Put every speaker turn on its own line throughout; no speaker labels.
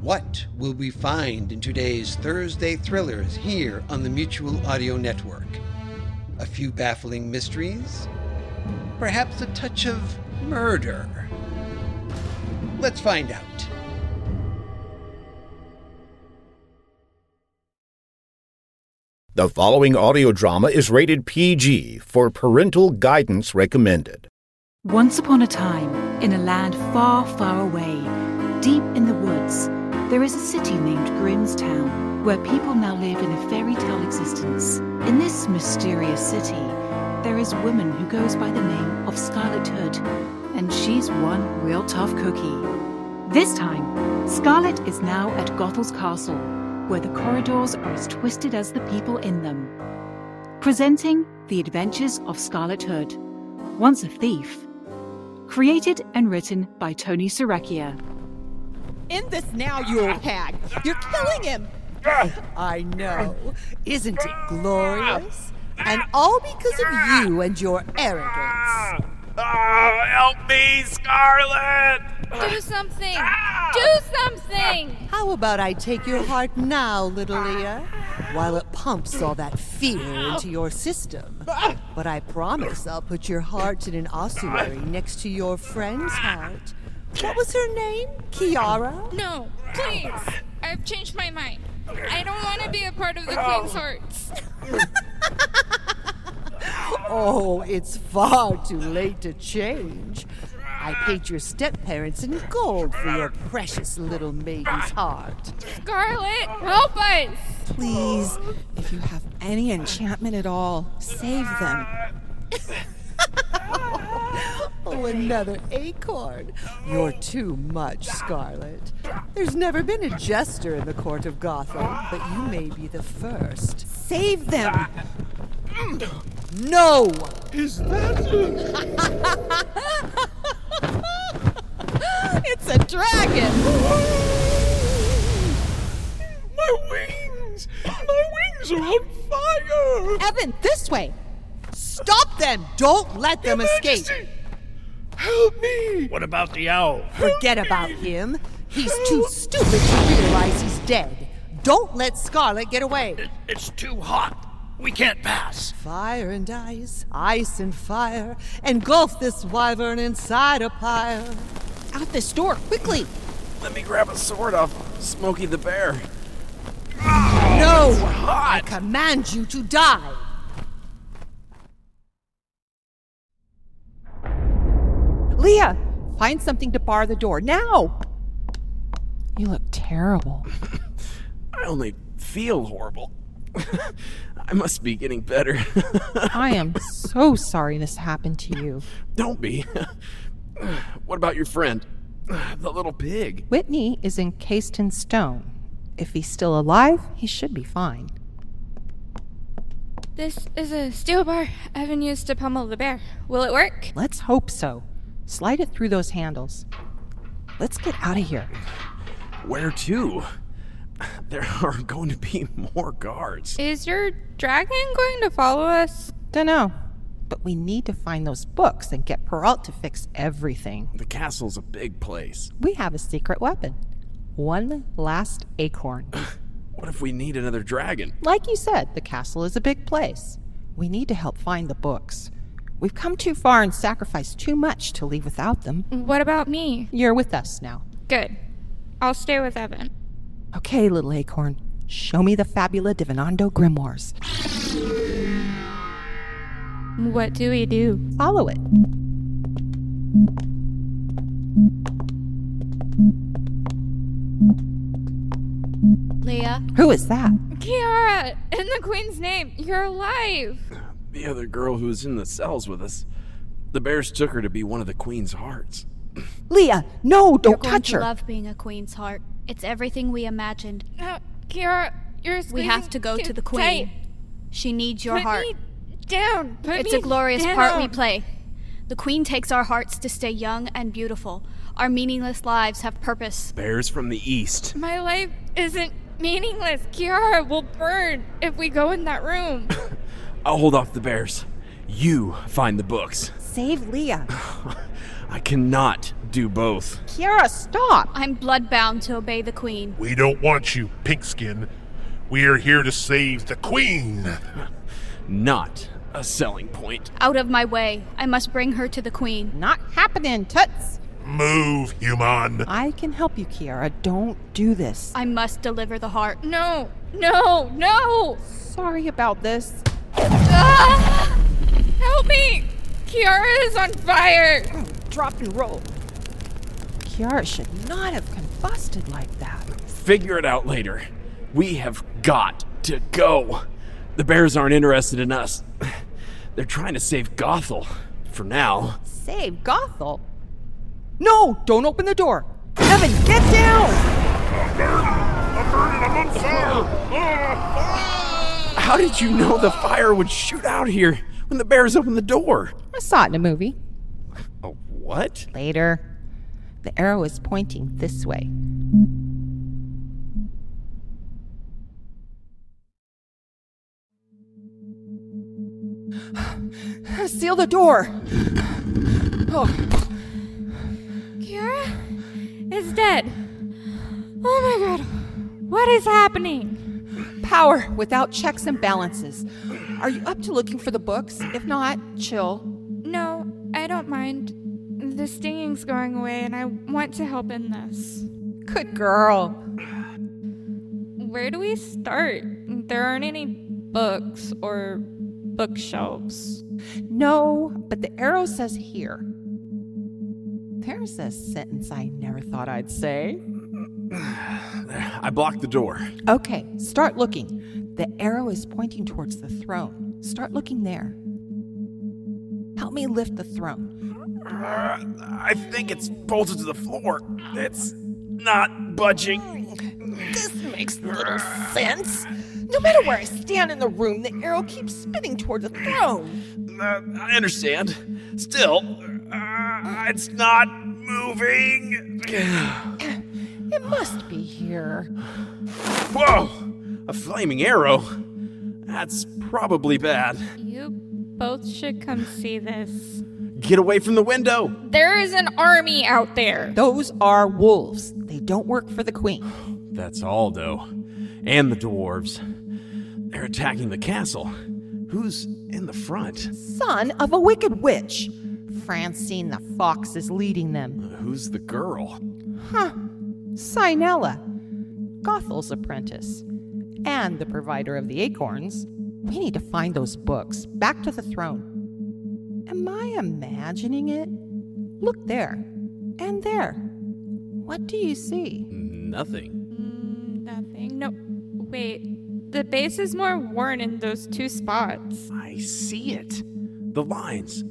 What will we find in today's Thursday thrillers here on the Mutual Audio Network? A few baffling mysteries? Perhaps a touch of murder? Let's find out.
The following audio drama is rated PG for parental guidance recommended.
Once upon a time, in a land far, far away, deep in the woods, there is a city named Grimstown where people now live in a fairy tale existence. In this mysterious city, there is a woman who goes by the name of Scarlet Hood, and she's one real tough cookie. This time, Scarlet is now at Gothel's Castle, where the corridors are as twisted as the people in them. Presenting The Adventures of Scarlet Hood, Once a Thief, created and written by Tony Serakia.
In this now, you old hag! You're killing him!
I know. Isn't it glorious? And all because of you and your arrogance.
Oh, help me, Scarlet!
Do something! Do something!
How about I take your heart now, little Leah, while it pumps all that fear into your system? But I promise I'll put your heart in an ossuary next to your friend's heart. What was her name? Kiara?
No, please! I've changed my mind. I don't want to be a part of the Queen's Hearts.
Oh, it's far too late to change. I paid your step parents in gold for your precious little maiden's heart.
Scarlet, help us!
Please, if you have any enchantment at all, save them.
Oh, another acorn. You're too much, Scarlet. There's never been a jester in the court of Gotham, but you may be the first.
Save them!
No!
It's a dragon!
My wings! My wings are on fire!
Evan, this way!
Stop them! Don't let them escape!
Emergency! Help me! What about the owl?
Forget about him. He's too stupid to realize he's dead. Don't let Scarlet get away.
It's too hot. We can't pass.
Fire and ice, ice and fire, engulf this wyvern inside a pyre.
Out this door, quickly!
Let me grab a sword off Smokey the Bear.
No! I
Hot!
command you to die!
Leah! Find something to bar the door, now!
You look terrible.
I only feel horrible. I must be getting better.
I am so sorry this happened to you.
Don't be. what about your friend? The little pig.
Whitney is encased in stone. If he's still alive, he should be fine.
This is a steel bar I've been used to pummel the bear. Will it work?
Let's hope so. Slide it through those handles. Let's get out of here.
Where to? There are going to be more guards.
Is your dragon going to follow us?
Dunno. But we need to find those books and get Peralt to fix everything.
The castle's a big place.
We have a secret weapon. One last acorn.
What if we need another dragon?
Like you said, the castle is a big place. We need to help find the books. We've come too far and sacrificed too much to leave without them.
What about me?
You're with us now.
Good. I'll stay with Evan.
Okay, little acorn, show me the Fabula Divinando grimoires.
What do we do?
Follow it.
Leah,
Who is that?
Kiara, in the Queen's name, you're alive!
The other girl who was in the cells with us. The bears took her to be one of the queen's hearts.
Leah, no,
you're
don't
going
touch
to
her.
love being a queen's heart. It's everything we imagined.
No, Uh, Kiara, you're
We
squeezing
have to go
too
to the
tight.
queen. She needs your
Put
heart.
me down. Put
it's
me
a glorious part we
down.
play. The queen takes our hearts to stay young and beautiful. Our meaningless lives have purpose.
Bears from the east.
My life isn't meaningless. Kiara will burn if we go in that room.
I'll hold off the bears. You find the books.
Save Leah.
I cannot do both.
Kiara, stop! I'm bloodbound to obey the Queen.
We don't want you, Pinkskin. We're here to save the Queen.
Not a selling point.
Out of my way. I must bring her to the Queen.
Not happening, Tuts!
Move, human.
I can help you, Kiara. Don't do this.
I must deliver the heart.
No, no, no!
Sorry about this.
Ah! Help me! Kiara is on fire!
Drop and roll. Kiara should not have combusted like that.
Figure it out later. We have got to go. The bears aren't interested in us. They're trying to save Gothel. For now.
Save Gothel? No! Don't open the door! Evan, get down!
How did you know the fire would shoot out here when the bears opened the door?
I saw it in a movie.
What?
Later. The arrow is pointing this way. Seal the door! Oh,
Kiara is dead. Oh my god. What is happening?
power without checks and balances. Are you up to looking for the books? If not, chill.
No, I don't mind. The stinging's going away and I want to help in this.
Good girl.
Where do we start? There aren't any books or bookshelves.
No, but the arrow says here. There's a sentence I never thought I'd say.
I blocked the door.
Okay, start looking. The arrow is pointing towards the throne. Start looking there. Help me lift the throne.
Uh, I think it's bolted to the floor. It's not budging.
This makes little sense. No matter where I stand in the room, the arrow keeps spinning toward the throne.
Uh, I understand. Still, uh, it's not moving.
It must be here.
Whoa! A flaming arrow? That's probably bad.
You both should come see this.
Get away from the window!
There is an army out there.
Those are wolves. They don't work for the queen.
That's Aldo. And the dwarves. They're attacking the castle. Who's in the front?
Son of a wicked witch. Francine the fox is leading them.
Who's the girl?
Huh. Sinella, Gothel's apprentice, and the provider of the acorns. We need to find those books. Back to the throne. Am I imagining it? Look there. And there. What do you see?
Nothing.
Nothing. No, wait. The base is more worn in those two spots.
I see it. The lines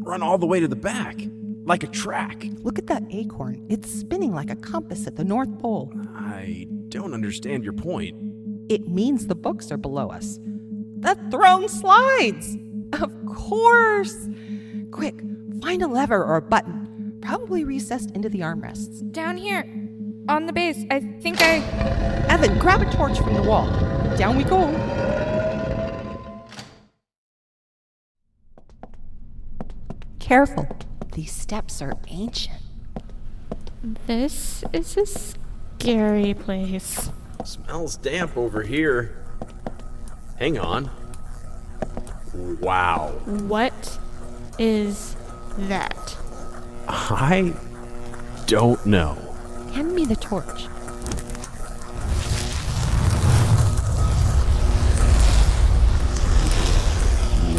run all the way to the back, like a track.
Look at that acorn. It's spinning like a compass at the North Pole.
I don't understand your point.
It means the books are below us. The throne slides! Of course! Quick, find a lever or a button, probably recessed into the armrests.
Down here, on the base, I think I.
Evan, grab a torch from the wall. Down we go. Careful, these steps are ancient.
This is a scary place.
Smells damp over here. Hang on. Wow.
What is that?
I don't know.
Hand me the torch.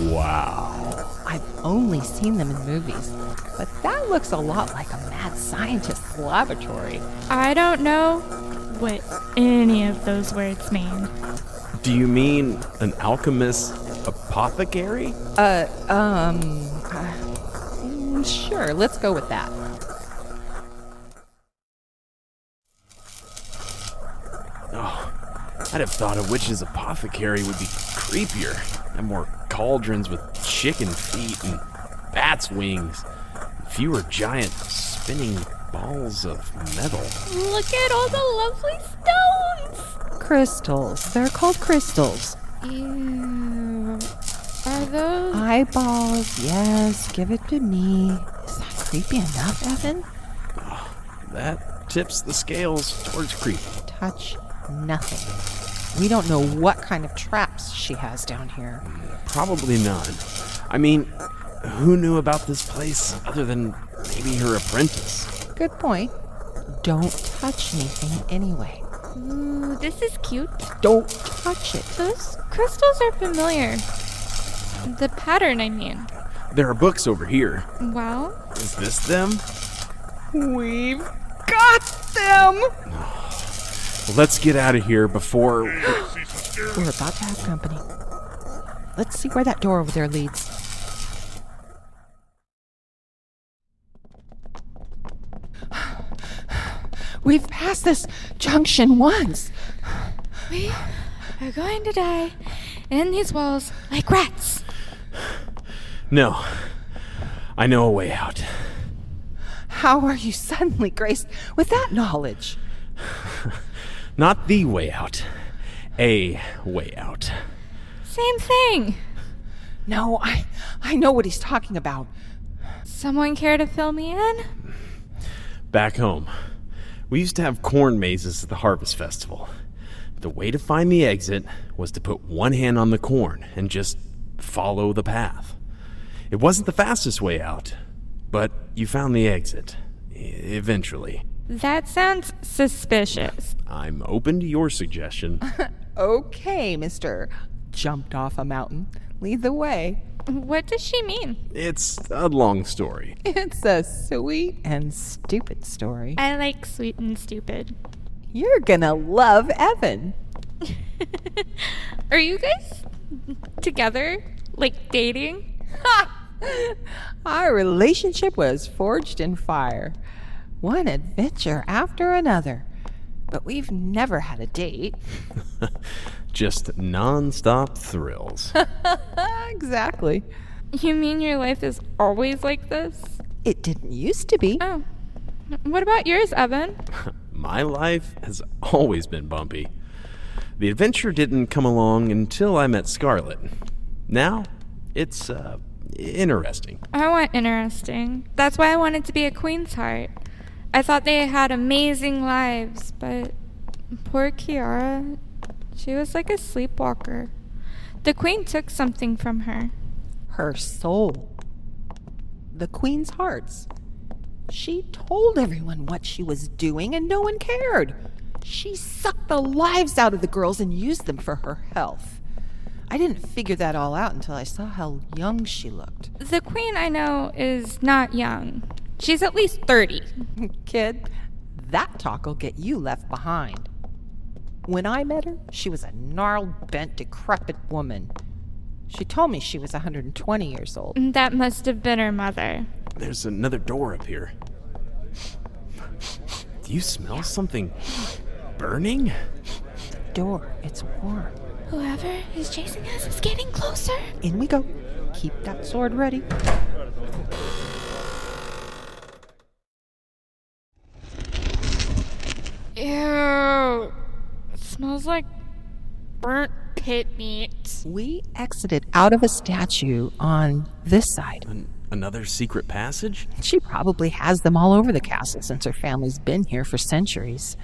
Wow.
I've only seen them in movies, but that looks a lot like a mad scientist's laboratory.
I don't know what any of those words mean.
Do you mean an alchemist apothecary?
Uh, um. uh, mm, sure, let's go with that.
Oh, I'd have thought a witch's apothecary would be creepier and more cauldrons with chicken feet and bats' wings. Fewer giant spinning balls of metal.
Look at all the lovely stones!
Crystals. They're called crystals.
Ew. Are those.
Eyeballs, yes, give it to me. Is that creepy enough, Evan?
That tips the scales towards creep.
Touch nothing. We don't know what kind of traps she has down here.
Probably none. I mean, who knew about this place other than maybe her apprentice?
Good point. Don't touch anything anyway.
Ooh, this is cute.
Don't touch it.
Those crystals are familiar. The pattern, I mean.
There are books over here.
Well,
Is this them?
We've got them!
Well, let's get out of here before.
We're about to have company. Let's see where that door over there leads. We've passed this junction once.
we are going to die in these walls like rats.
No. I know a way out.
How are you suddenly graced with that knowledge?
Not the way out. A way out.
Same thing.
No, I, I know what he's talking about.
Someone care to fill me in?
Back home. We used to have corn mazes at the harvest festival. The way to find the exit was to put one hand on the corn and just follow the path. It wasn't the fastest way out, but you found the exit. e- Eventually.
That sounds suspicious.
I'm open to your suggestion.
Okay, mister. Jumped off a mountain. Lead the way.
What does she mean?
It's a long story.
It's a sweet and stupid story.
I like sweet and stupid.
You're gonna love Evan.
Are you guys together? Like dating?
Our relationship was forged in fire, one adventure after another. But we've never had a date.
Just nonstop thrills.
exactly.
You mean your life is always like this?
It didn't used to be.
Oh. What about yours, Evan?
My life has always been bumpy. The adventure didn't come along until I met Scarlet. Now, it's uh, interesting.
I want interesting. That's why I wanted to be a Queen's Heart. I thought they had amazing lives, but poor Kiara, she was like a sleepwalker. The Queen took something from her.
Her soul. The Queen's hearts. She told everyone what she was doing and no one cared. She sucked the lives out of the girls and used them for her health. I didn't figure that all out until I saw how young she looked.
The Queen I know is not young. She's at least 30.
Kid, that talk will get you left behind. When I met her, she was a gnarled, bent, decrepit woman. She told me she was 120 years old.
That must have been her mother.
There's another door up here. Do you smell something burning?
Door, it's warm.
Whoever is chasing us is getting closer.
In we go. Keep that sword ready.
Ew. smells like burnt pit meat.
We exited out of a statue on this side.
Another secret passage?
She probably has them all over the castle since her family's been here for centuries.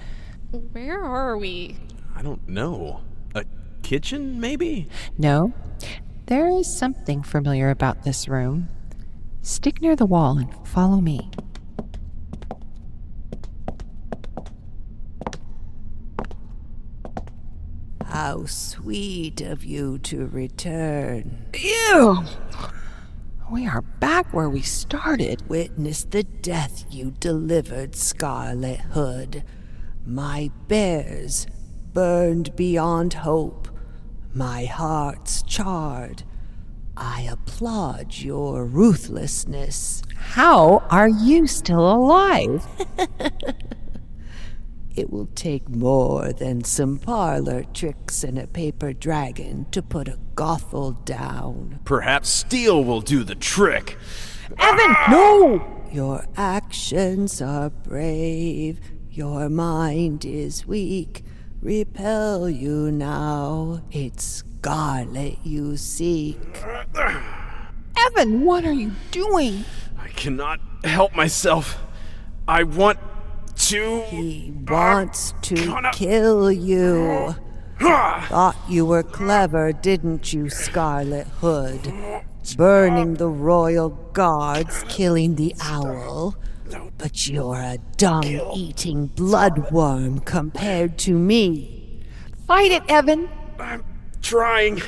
Where are we?
I don't know. A kitchen, maybe?
No, there is something familiar about this room. Stick near the wall and follow me.
How sweet of you to return.
Ew! We are back where we started.
Witness the death you delivered, Scarlet Hood. My bears burned beyond hope, my heart's charred. I applaud your ruthlessness.
How are you still alive?
It will take more than some parlor tricks and a paper dragon to put a Gothel down.
Perhaps steel will do the trick.
Evan, no!
Your actions are brave, your mind is weak. Repel you now, it's scarlet you seek.
Evan, what are you doing?
I cannot help myself. I want to.
He wants to kill you.
Ah,
Thought you were clever, didn't you, Scarlet Hood? Burning the royal guards, killing the owl. But you're a dung eating bloodworm compared to me.
Fight it, Evan.
I'm trying.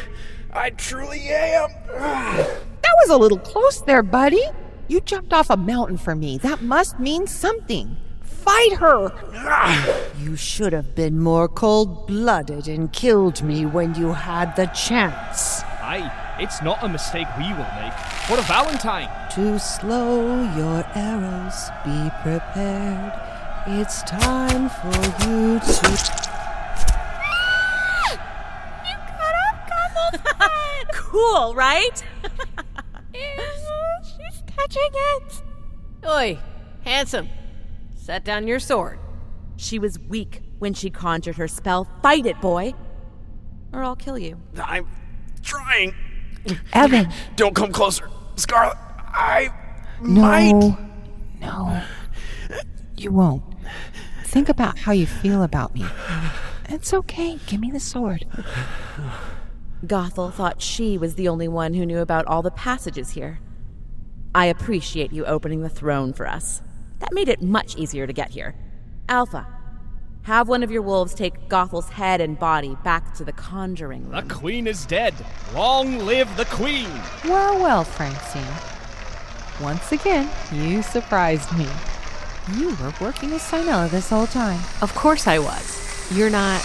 I truly am. Ah.
That was a little close there, buddy. You jumped off a mountain for me. That must mean something. Fight her.
You should have been more cold blooded and killed me when you had the chance.
Aye, it's not a mistake we will make. What a Valentine!
Too slow your arrows, be prepared. It's time for you to.
cool, right?
She's touching it.
Oi, handsome. Set down your sword. She was weak when she conjured her spell. Fight it, boy. Or I'll kill you.
I'm trying.
Evan.
Don't come closer. Scarlet, I might.
No. You won't. Think about how you feel about me. It's okay. Give me the sword.
Gothel thought she was the only one who knew about all the passages here. I appreciate you opening the throne for us. That made it much easier to get here. Alpha, have one of your wolves take Gothel's head and body back to the conjuring room.
The Queen is dead. Long live the Queen!
Well, well, Francine. Once again, you surprised me. You were working with Sinella this whole time.
Of course I was. You're not.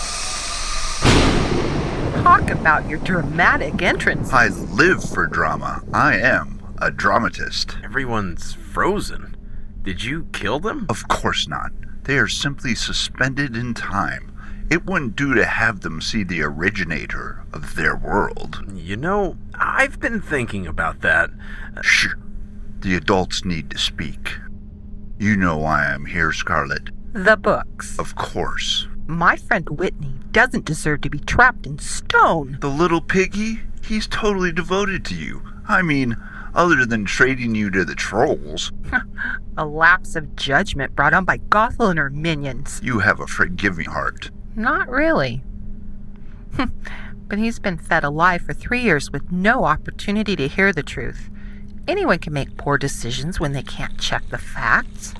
Talk about your dramatic entrance.
I live for drama. I am a dramatist.
Everyone's frozen. Did you kill them?
Of course not. They are simply suspended in time. It wouldn't do to have them see the originator of their world.
You know, I've been thinking about that.
Shh. The adults need to speak. You know why I'm here, Scarlet.
The books.
Of course.
My friend Whitney doesn't deserve to be trapped in stone.
The little piggy? He's totally devoted to you. I mean, other than trading you to the trolls.
a lapse of judgment brought on by Gothel and her minions.
You have a forgiving heart.
Not really. but he's been fed a lie for three years with no opportunity to hear the truth. Anyone can make poor decisions when they can't check the facts.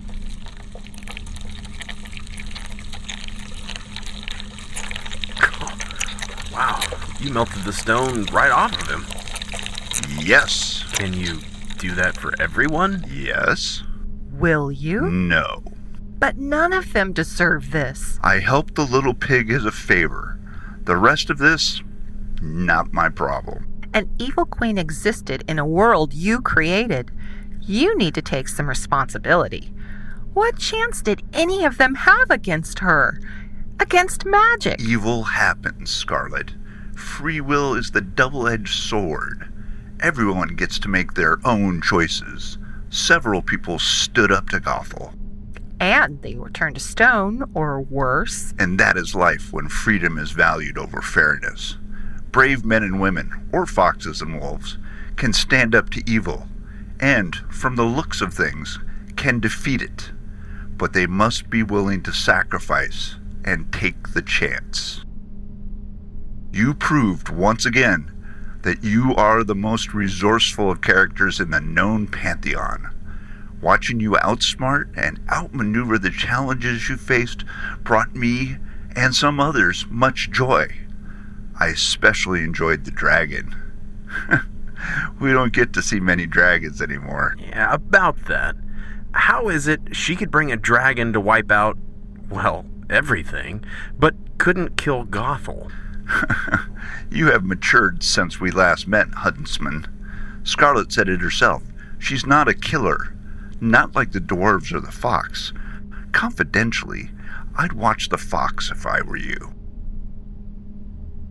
Wow, you melted the stone right off of him.
Yes.
Can you do that for everyone?
Yes.
Will you?
Mm. No.
But none of them deserve this.
I helped the little pig as a favor. The rest of this, not my problem.
An evil queen existed in a world you created. You need to take some responsibility. What chance did any of them have against her? Against magic?
Evil happens, Scarlet. Free will is the double edged sword everyone gets to make their own choices. Several people stood up to Gothel.
And they were turned to stone, or worse.
And that is life when freedom is valued over fairness. Brave men and women, or foxes and wolves, can stand up to evil, and, from the looks of things, can defeat it. But they must be willing to sacrifice and take the chance. You proved once again that you are the most resourceful of characters in the known pantheon. Watching you outsmart and outmaneuver the challenges you faced brought me and some others much joy. I especially enjoyed the dragon. we don't get to see many dragons anymore.
Yeah, about that. How is it she could bring a dragon to wipe out, well, everything, but couldn't kill Gothel?
you have matured since we last met, Huntsman. Scarlet said it herself. She's not a killer, not like the dwarves or the fox. Confidentially, I'd watch the fox if I were you.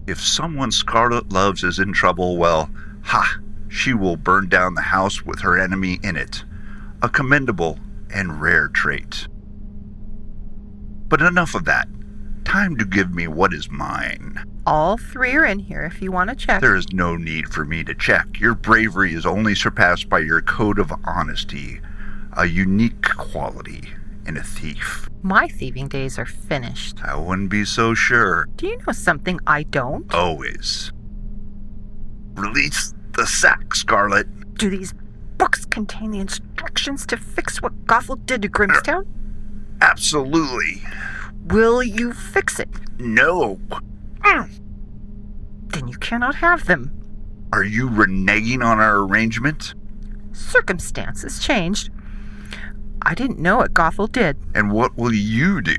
If someone Scarlet loves is in trouble, well, ha! She will burn down the house with her enemy in it. A commendable and rare trait. But enough of that. Time to give me what is mine.
All three are in here if you want to check.
There is no need for me to check. Your bravery is only surpassed by your code of honesty, a unique quality in a thief.
My thieving days are finished.
I wouldn't be so sure.
Do you know something I don't?
Always. Release the sack, Scarlet.
Do these books contain the instructions to fix what Gothel did to Grimstown?
Absolutely.
Will you fix it?
No.
Mm. Then you cannot have them.
Are you reneging on our arrangement?
Circumstances changed. I didn't know what Gothel did.
And what will you do?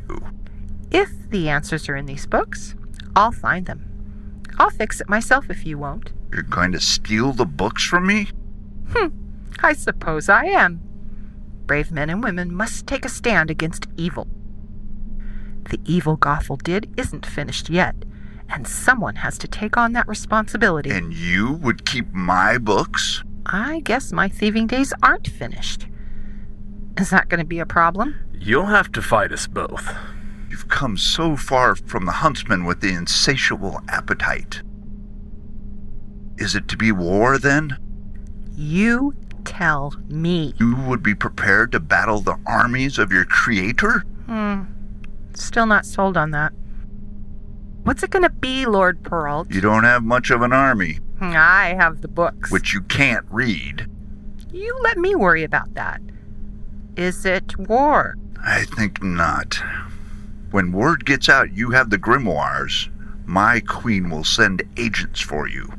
If the answers are in these books, I'll find them. I'll fix it myself if you won't.
You're going to steal the books from me?
Hmm, I suppose I am. Brave men and women must take a stand against evil. The evil Gothel did isn't finished yet, and someone has to take on that responsibility.
And you would keep my books?
I guess my thieving days aren't finished. Is that going to be a problem?
You'll have to fight us both.
You've come so far from the huntsman with the insatiable appetite. Is it to be war then?
You tell me.
You would be prepared to battle the armies of your creator?
Hmm. Still not sold on that. What's it going to be, Lord Peralt?
You don't have much of an army.
I have the books.
Which you can't read.
You let me worry about that. Is it war?
I think not. When word gets out you have the grimoires, my queen will send agents for you.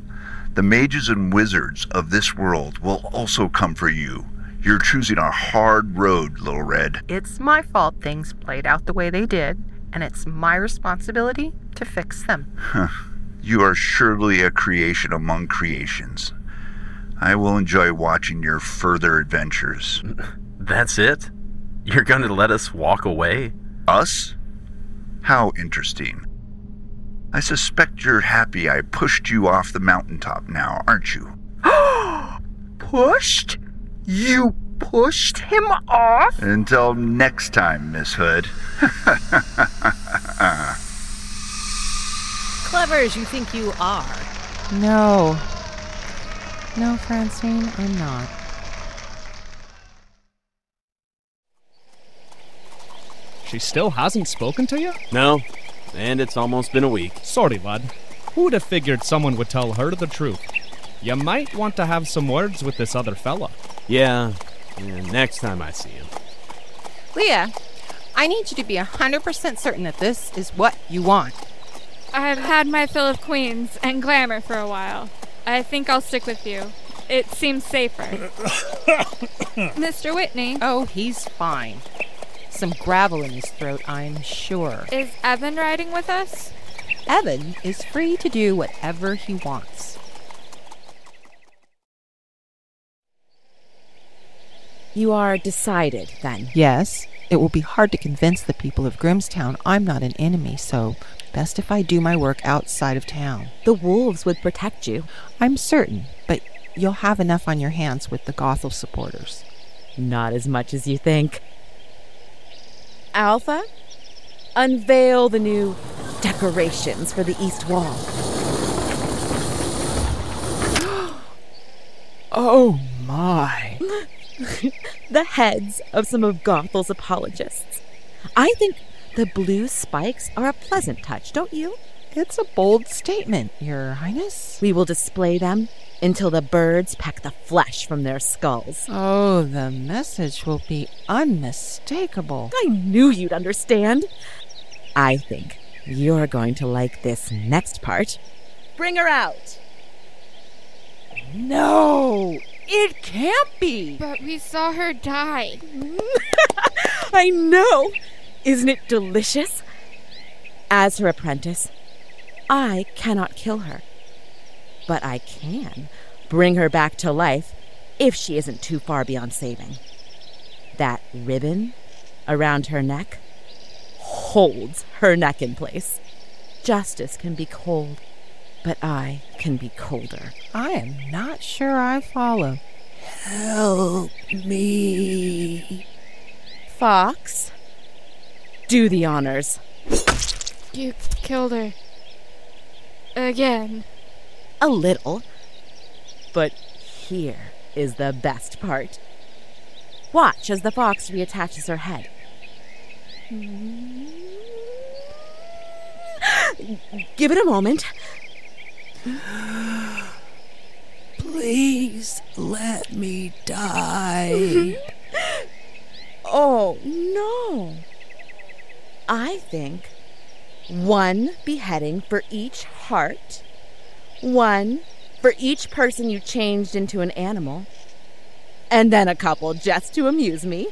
The mages and wizards of this world will also come for you. You're choosing a hard road, Little Red.
It's my fault things played out the way they did, and it's my responsibility to fix them.
Huh. You are surely a creation among creations. I will enjoy watching your further adventures.
That's it? You're going to let us walk away?
Us? How interesting. I suspect you're happy I pushed you off the mountaintop now, aren't you?
pushed? You pushed him off?
Until next time, Miss Hood.
Clever as you think you are.
No. No, Francine, I'm not.
She still hasn't spoken to you?
No, and it's almost been a week.
Sorry, lad. Who'd have figured someone would tell her the truth? You might want to have some words with this other fella.
Yeah, yeah, next time I see him.
Leah, I need you to be 100% certain that this is what you want.
I've had my fill of queens and glamour for a while. I think I'll stick with you. It seems safer. Mr. Whitney.
Oh, he's fine. Some gravel in his throat, I'm sure.
Is Evan riding with us?
Evan is free to do whatever he wants.
You are decided, then.
Yes, it will be hard to convince the people of Grimstown I'm not an enemy, so best if I do my work outside of town.
The wolves would protect you.
I'm certain, but you'll have enough on your hands with the Gothel supporters.
Not as much as you think. Alpha, unveil the new decorations for the east wall.
oh my.
the heads of some of Gothel's apologists. I think the blue spikes are a pleasant touch, don't you?
It's a bold statement, Your Highness.
We will display them until the birds peck the flesh from their skulls.
Oh, the message will be unmistakable.
I knew you'd understand. I think you're going to like this next part.
Bring her out.
No, it can't be.
But we saw her die.
I know. Isn't it delicious? As her apprentice, I cannot kill her. But I can bring her back to life if she isn't too far beyond saving. That ribbon around her neck holds her neck in place. Justice can be cold, but I can be colder.
I am not sure I follow.
Help me.
Fox, do the honors.
You killed her. Again.
A little. But here is the best part. Watch as the fox reattaches her head. Give it a moment.
Please let me die.
Oh, no. I think one beheading for each heart, one for each person you changed into an animal, and then a couple just to amuse me.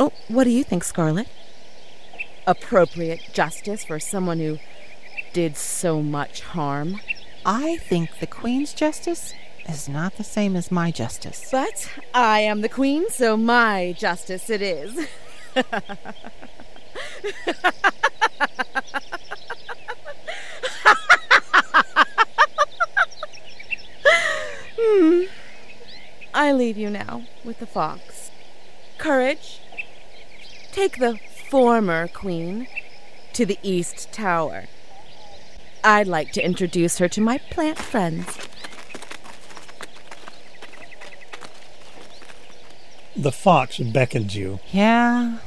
Oh, what do you think, Scarlet? Appropriate justice for someone who did so much harm.
I think the Queen's justice is not the same as my justice.
But I am the Queen, so my justice it is. Hmm. I leave you now with the fox. Courage, take the former queen to the East Tower. I'd like to introduce her to my plant friends.
The fox beckons you.
Yeah.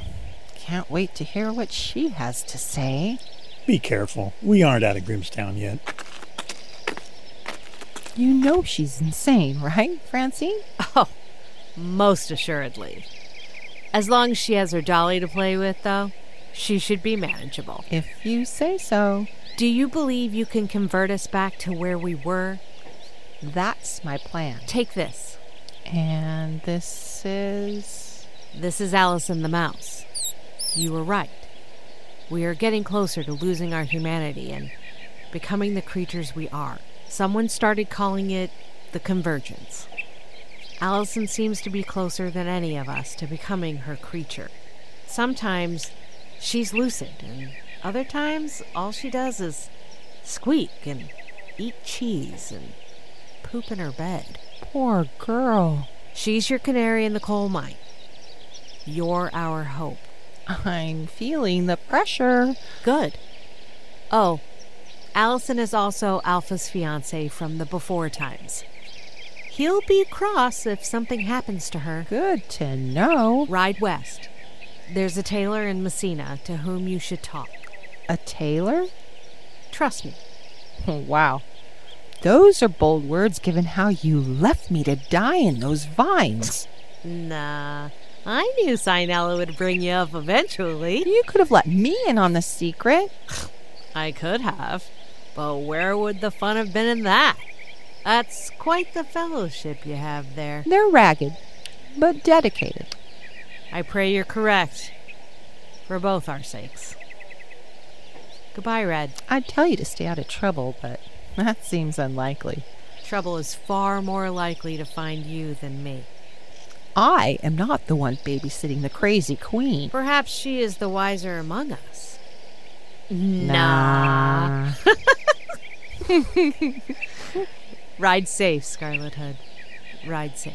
Can't wait to hear what she has to say.
Be careful. We aren't out of Grimstown yet.
You know she's insane, right, Francine?
Oh, most assuredly. As long as she has her dolly to play with, though, she should be manageable.
If you say so.
Do you believe you can convert us back to where we were?
That's my plan.
Take this.
And this is.
This is Allison the Mouse. You were right. We are getting closer to losing our humanity and becoming the creatures we are. Someone started calling it the convergence. Allison seems to be closer than any of us to becoming her creature. Sometimes she's lucid, and other times all she does is squeak and eat cheese and poop in her bed.
Poor girl.
She's your canary in the coal mine. You're our hope.
I'm feeling the pressure.
Good. Oh, Allison is also Alpha's fiance from the before times. He'll be cross if something happens to her.
Good to know.
Ride west. There's a tailor in Messina to whom you should talk.
A tailor?
Trust me.
wow. Those are bold words given how you left me to die in those vines.
nah. I knew Sinella would bring you up eventually.
You could have let me in on the secret.
I could have. But where would the fun have been in that? That's quite the fellowship you have there.
They're ragged, but dedicated.
I pray you're correct. For both our sakes. Goodbye, Red.
I'd tell you to stay out of trouble, but that seems unlikely.
Trouble is far more likely to find you than me.
I am not the one babysitting the crazy queen.
Perhaps she is the wiser among us.
Nah.
Ride safe, Scarlet Hood. Ride safe.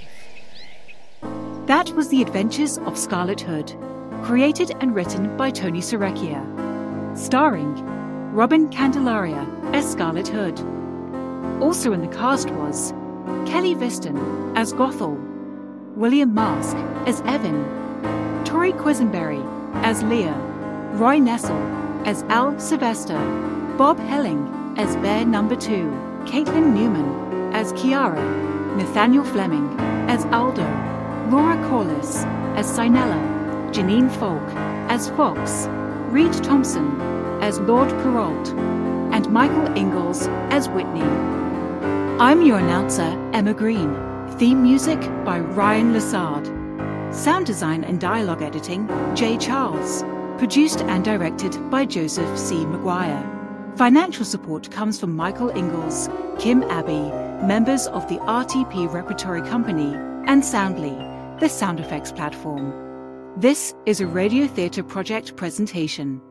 That was The Adventures of Scarlet Hood, created and written by Tony Serecchia. Starring Robin Candelaria as Scarlet Hood. Also in the cast was Kelly Viston as Gothel, William Mask as Evan, Tori Quisenberry as Leah, Roy Nessel as Al Sylvester, Bob Helling as Bear Number Two, Caitlin Newman as Kiara, Nathaniel Fleming as Aldo, Laura Corliss as Sinella, Janine Falk as Fox, Reed Thompson as Lord Perrault, and Michael Ingalls as Whitney. I'm your announcer, Emma Green. Theme music by Ryan Lassard. Sound design and dialogue editing, Jay Charles produced and directed by Joseph C. Maguire. Financial support comes from Michael Ingalls, Kim Abbey, members of the RTP Repertory Company, and Soundly, the sound effects platform. This is a Radio Theatre Project presentation.